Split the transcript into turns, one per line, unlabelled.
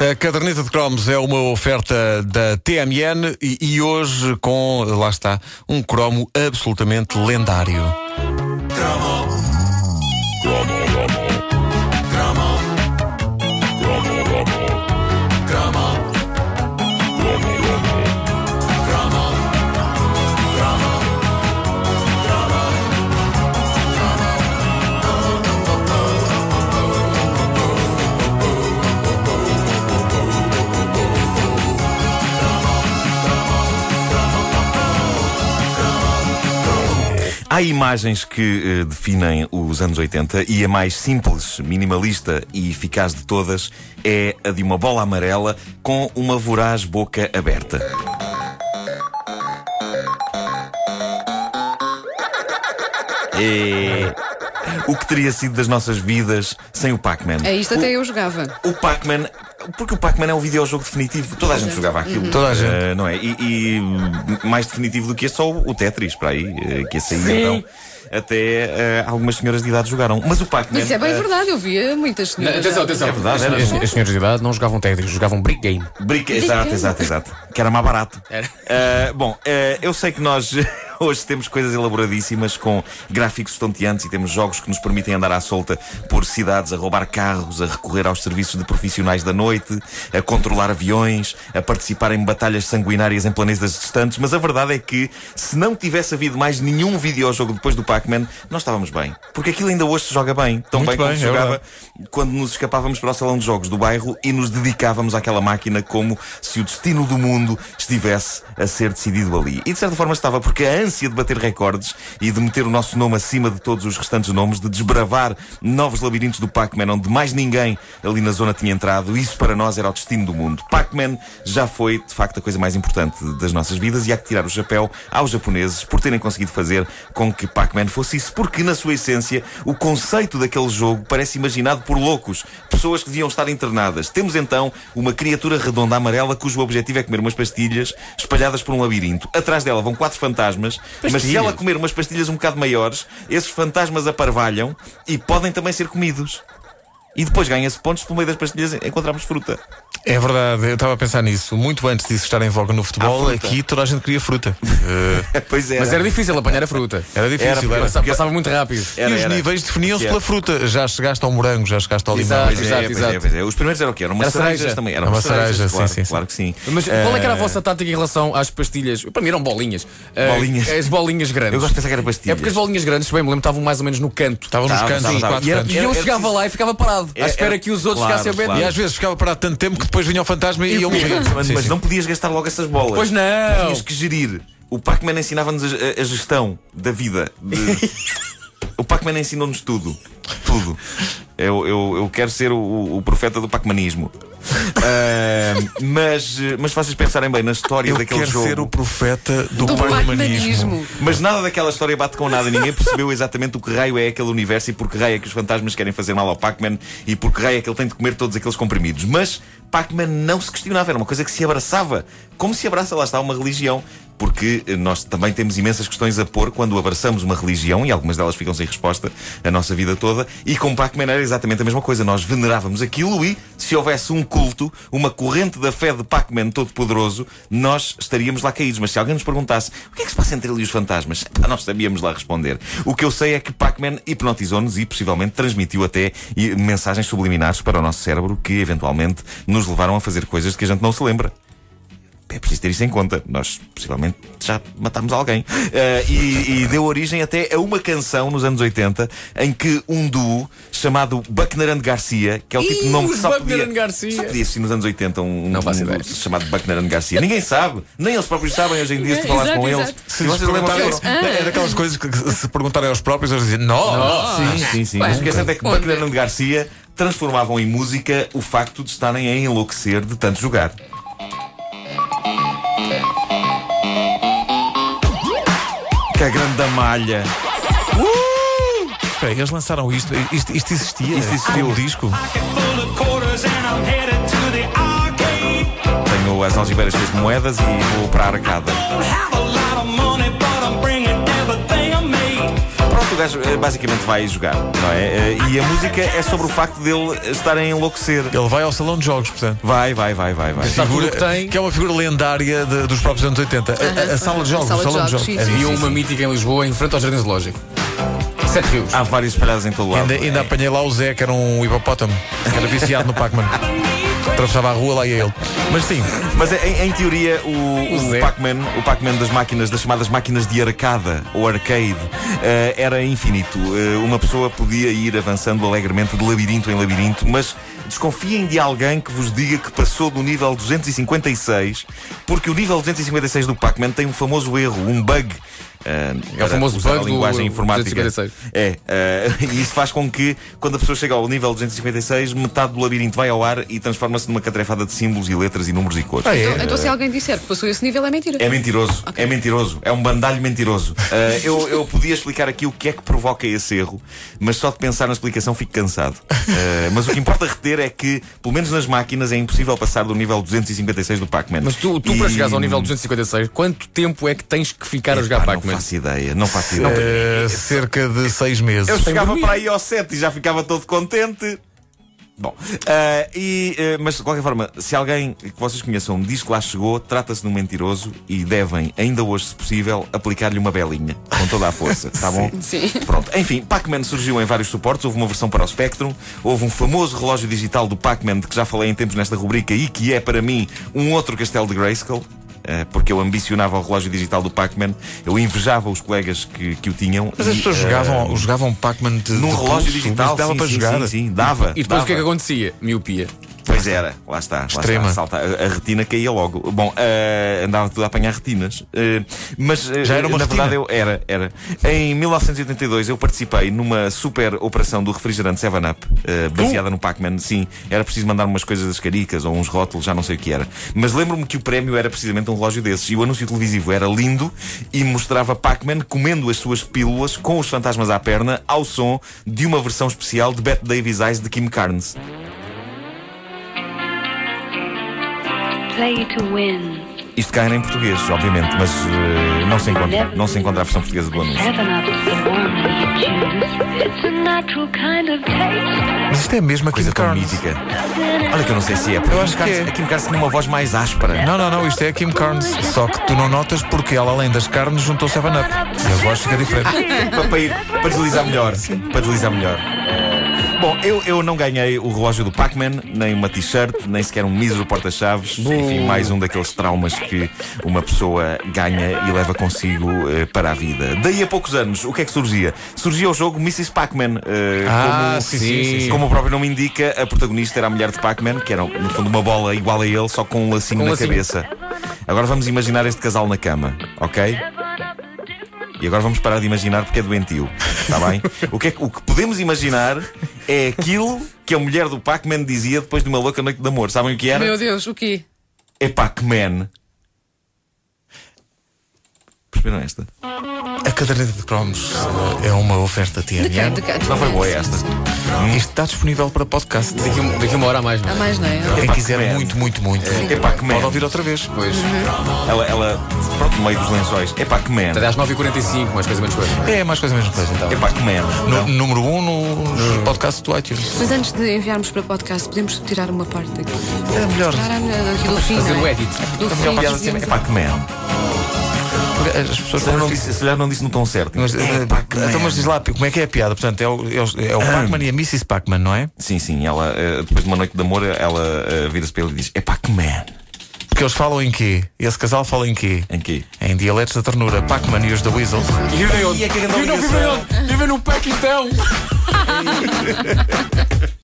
A caderneta de cromos é uma oferta da TMN e, e hoje com, lá está, um cromo absolutamente lendário.
Há imagens que eh, definem os anos 80 e a mais simples, minimalista e eficaz de todas é a de uma bola amarela com uma voraz boca aberta. É... O que teria sido das nossas vidas sem o Pac-Man?
É isto
O-
até eu jogava.
O Pac-Man. Porque o Pac-Man é um videojogo definitivo. Toda a gente jogava aquilo.
Toda a gente.
Eh, não é? E, e, hum, mais definitivo do que esse, só o Tetris, para aí. eh, que esse aí, então. Até eh, algumas senhoras de idade jogaram. Mas o Pac-Man.
Isso é bem
eh,
verdade, eu via muitas
Não,
senhoras.
atenção,
já.
atenção.
É verdade, era.
Mas-
As, as senhoras de idade não jogavam Tetris, jogavam Brick Game.
Brica, exato, exato, exato. Que era mais barato.
Era.
Ah, bom, ah, eu sei que nós hoje temos coisas elaboradíssimas com gráficos estonteantes e temos jogos que nos permitem andar à solta por cidades, a roubar carros, a recorrer aos serviços de profissionais da noite, a controlar aviões, a participar em batalhas sanguinárias em planetas distantes, mas a verdade é que se não tivesse havido mais nenhum videojogo depois do Pac-Man, nós estávamos bem. Porque aquilo ainda hoje se joga bem, tão
Muito
bem como
bem,
se
é
jogava
verdade.
quando nos escapávamos para o salão de jogos do bairro e nos dedicávamos àquela máquina como se o destino do mundo estivesse a ser decidido ali. E de certa forma estava, porque a ânsia de bater recordes e de meter o nosso nome acima de todos os restantes nomes, de desbravar novos labirintos do Pac-Man, onde mais ninguém ali na zona tinha entrado, isso para nós era o destino do mundo. Pac-Man já foi, de facto, a coisa mais importante das nossas vidas e há que tirar o chapéu aos japoneses por terem conseguido fazer com que Pac-Man fosse isso, porque na sua essência o conceito daquele jogo parece imaginado por loucos, pessoas que deviam estar internadas. Temos então uma criatura redonda amarela cujo objetivo é comer umas pastilhas espalhadas por um labirinto. Atrás dela vão quatro fantasmas, mas se ela comer umas pastilhas um bocado maiores, esses fantasmas aparvalham e podem também ser comidos. E depois ganha-se pontos por meio das pastilhas encontramos fruta.
É verdade, eu estava a pensar nisso. Muito antes disso estar em voga no futebol,
Há fruta.
aqui toda a gente queria fruta. Eh,
Pois é.
Mas era difícil apanhar a fruta.
era difícil,
porque
era.
Passava, passava muito rápido.
Era,
e os
era.
níveis definiam-se
Certo.
pela fruta. Já chegaste ao morango, já chegaste ao limão.
Exato.
Pois é, pois é, pois é. Os primeiros eram o quê? Eram
Era
umas cerejas
cereja.
também. Eram
Era uma
umas cerejas,
cereja, sim,
claro,
sim, sim.
claro que sim.
Mas
Eh,
qual é que era a vossa tática em relação às pastilhas? Para mim eram bolinhas. Eh,
Bolinhas.
As bolinhas grandes.
Eu gosto de pensar que era tipo.
É
pastilhas.
porque as bolinhas grandes, se bem me lembro, estavam mais ou menos no canto.
Estavam nos
Tá,
cantos,
tá,
nos
tá.
quatro
E, era-
cantos.
e eu
Era- era
chegava
preciso-
lá e ficava parado, à
Era-
espera
era-
que os outros
claro,
chegassem a ver.
claro.
E às vezes ficava parado tanto tempo que depois vinham fantasma e, eu morria.
Mas,
Sim,
mas
sim.
não podias gastar logo essas bolas.
Pois não.
Tinhas que gerir. O Pac-Man ensinava-nos a, a- a gestão da vida. de- o Pac-Man ensinou-nos tudo. Tudo. Eu, eu, eu quero ser o, o profeta do Pac-Manismo. Ah, mas, eh, mas vocês pensarem bem na história
Eu
daquele
quero
jogo.
ser o profeta do,
Do
pac-manismo.
pac-manismo.
Mas nada daquela história bate com nada. Ninguém percebeu exatamente o que raio é aquele universo e por que raio é que os fantasmas querem fazer mal ao Pac-Man e por que raio é que ele tem de comer todos aqueles comprimidos. Mas Pac-Man não se questionava, era uma coisa que se abraçava. Como se abraça, lá está, uma religião. Porque eh, nós também temos imensas questões a pôr quando abraçamos uma religião e algumas delas ficam sem resposta a nossa vida toda. E com Pac-Man era exatamente a mesma coisa. Nós venerávamos aquilo e, se houvesse um culto, uma corrente da fé de Pac-Man todo-poderoso, nós estaríamos lá caídos. Mas se alguém nos perguntasse o que é que se passa entre ele e os fantasmas, pá, nós sabíamos lá responder. O que eu sei é que Pac-Man hipnotizou-nos e possivelmente transmitiu até eh, mensagens subliminares para o nosso cérebro que eventualmente nos levaram a fazer coisas de que a gente não se lembra. É preciso ter isso em conta. Nós possivelmente já matámos alguém. Eh, e, e deu origem até a uma canção nos anos 80 em que um duo chamado Bucknerand Garcia, que é o tipo de
Ih,
nome que
os
só podia,
Buckner and Garcia.
só podia existir nos anos 80 um,
Não
um
faço
duo
ideia.
chamado Bucknerand Garcia. Ninguém sabe, nem eles próprios sabem hoje em
É,
dia se tu
Exato,
falares com
exato.
eles.
Se
E
lhes
vocês lembram
perguntarem,
que-
Ah.
é daquelas coisas que que se perguntarem aos próprios, eles dizem, não,
Sim, sim, sim. Mas o que é certo é que
Onde?
Bucknerand Garcia transformavam em música o facto de estarem a enlouquecer de tanto jogar. Que a grande malha.
Espera, aí, eles lançaram isto, isto, isto existia,
Isto existia.
o disco.
pocket full of quarters and I'm headed to the arcade.
Tenho as algibeiras cheias de moedas e vou para a arcada.
Don't have a lot of money, but I'm bringing everything I made.
Pronto, gajo eh, basicamente vai jogar, não é? Eh, E a música é sobre o facto dele estar a enlouquecer.
Ele vai ao salão de jogos, portanto.
Vai, vai, vai, vai, vai.
Está tudo o que tem.
é uma figura lendária de- dos próprios anos 80. A, a- a sala de jogos,
A
o salão de jogos.
sim, sim,
Havia
sim,
uma mítica em Lisboa, em frente ao Jardim Zoológico. Sete rios.
Há vários espalhados em todo lado.
Ainda, ainda apanhei lá o Zé, que era um hipopótamo, que era viciado no Pac-Man. Atravessava a rua lá ia ele. Mas sim,
Mas em, em teoria, o,
O
o
Zé.
Pac-Man o Pac das máquinas, das chamadas máquinas de arcada ou arcade, eh, era infinito. Eh, uma pessoa podia ir avançando alegremente de labirinto em labirinto, mas desconfiem de alguém que vos diga que passou do nível 256, porque o nível 256 do Pac-Man tem um famoso erro, um bug. Eh,
É o
para
famoso
usar a
bug do,
linguagem
eh,
informática.
256.
É, eh, e isso faz com que, quando a pessoa chega ao nível 256, metade do labirinto vai ao ar e transforma-se numa catrefada de símbolos e letras e números e cores.
Então, então se alguém disser que passou esse nível, é mentira.
É mentiroso, é mentiroso, é um bandalho mentiroso. Ah, eu, eu podia explicar aqui o que é que provoca esse erro, mas só de pensar na explicação fico cansado. Ah, mas o que importa reter é que, pelo menos nas máquinas, é impossível passar do nível 256 do Pac-Man.
Mas tu, tu para
E-
chegares ao nível 256, quanto tempo é que tens que ficar a jogar
Epá, Não
Pac-Man?
faço ideia, não faço ideia.
eh, cerca de seis meses.
Eu chegava
dormir.
para aí ao 7 e já ficava todo contente. Bom, ah, e, ah, mas de qualquer forma, se alguém que vocês conheçam diz que lá chegou, trata-se de um mentiroso e devem, ainda hoje, se possível, aplicar-lhe uma belinha com toda a força, tá bom?
Sim.
Pronto, enfim, Pac-Man surgiu em vários suportes. Houve uma versão para o Spectrum, houve um famoso relógio digital do Pac-Man de que já falei em tempos nesta rubrica e que é, para mim, um outro castelo de Grayskull. eh, Porque eu ambicionava o relógio digital do Pac-Man, eu invejava os colegas que, que o tinham.
Mas as
e,
pessoas
eh,
jogavam, jogavam Pac-Man de,
num
de
relógio
pulso,
digital.
Então, mas dava
sim,
para
sim,
jogar.
Sim, sim, dava.
E depois
dava.
o que é que acontecia? Miopia.
Pois era, lá está. Lá
Extrema.
está, salta- a, a retina caía logo. Bom, eh, andava tudo a apanhar retinas. Eh, mas eh,
Já era uma
na
retina?
verdade eu era, era. Em 1982 eu participei numa super operação do refrigerante 7-Up,
Hum.
eh, baseada no Pac-Man. Sim, era preciso mandar umas coisas das caricas ou uns rótulos, já não sei o que era. Mas lembro-me que o prémio era precisamente um relógio desses. E o anúncio televisivo era lindo e mostrava Pac-Man comendo as suas pílulas com os fantasmas à perna ao som de uma versão especial de Bette Davis Eyes de Kim Carnes.
Play to win.
Isto cá era em português, obviamente, mas eh, não, se encontra, não se encontra a versão portuguesa do anúncio.
Seven up is the one you choose. It's a natural kind of taste.
Mas isto é mesmo a Kim
Coisa tão
Carnes.
mítica. Olha que eu não sei se é. porque
Eu acho
Kim
que
Carnes-
é.
A Kim Carnes tinha uma voz mais áspera.
Não, não, não, isto é a Kim Carnes. Só que tu não notas porque ela, além das carnes, juntou 7-Up. E a voz fica diferente.
para, para, ir, para deslizar melhor. Para deslizar melhor. Eh, Bom, eu, eu não ganhei o relógio do Pac-Man, nem uma t-shirt, nem sequer um mísero porta-chaves. Enfim, mais um daqueles traumas que uma pessoa ganha e leva consigo eh, para a vida. Daí a poucos anos, o que é que surgia? Surgia o jogo Mrs. Pac-Man. eh,
Ah,
como,
sim, sim, sim, sim.
como o próprio nome indica, a protagonista era a mulher de Pac-Man, que era, no fundo, uma bola igual a ele, só com um lacinho
Com um
na
lacinho.
cabeça. Agora vamos imaginar este casal na cama, ok? E agora vamos parar de imaginar porque é doentio. Está bem? o, que é que- o que podemos imaginar é aquilo que a mulher do Pac-Man dizia depois de uma louca noite de amor. Sabem o que era?
Meu Deus, o quê?
É Pac-Man. Perceberam esta?
A caderneta de cromos é uma oferta
De quem?
TMN.
De quem?
Não foi boa esta.
Isto está disponível para podcast.
Daqui, um- daqui uma hora a mais, não
Há
é?
mais, não é?
Quem
Pac-Man.
quiser muito, muito, muito.
É Pac-Man.
Pode ouvir outra vez.
Pois.
Ela, ela, pronto, no meio dos lençóis. É Pac-Man.
Até às 9h45, mais coisa menos coisa.
É mais coisa, menos coisa, então.
É Pac-Man.
Nú- Número 1 um nos podcasts do iTunes.
Mas antes de enviarmos para podcast, podemos tirar uma parte daqui.
É melhor.
Tirar a- daqui do fim.
Fazer
não
o
é?
edit.
Do fim.
É
fazemos-
Pac-Man.
As pessoas
Se calhar não
não
disse- se calhar não disse no tom certo.
mas,
É
eh,
Pac-Man.
então, mas diz lá, como é que é a piada? Portanto, é o, é o- é o Pac-Man e a Mrs. Pac-Man, não é?
Sim, sim, ela, eh, depois de uma noite de amor, ela eh, vira-se para ele e diz: É Pac-Man.
Porque eles falam em quê? Esse casal fala em quê?
Em quê?
Em dialetos da ternura. Pac-Man e os da Weasel.
Vivem onde?
E é que a grande
Vivem onde?
obrigação.
Vivem no Paquistão!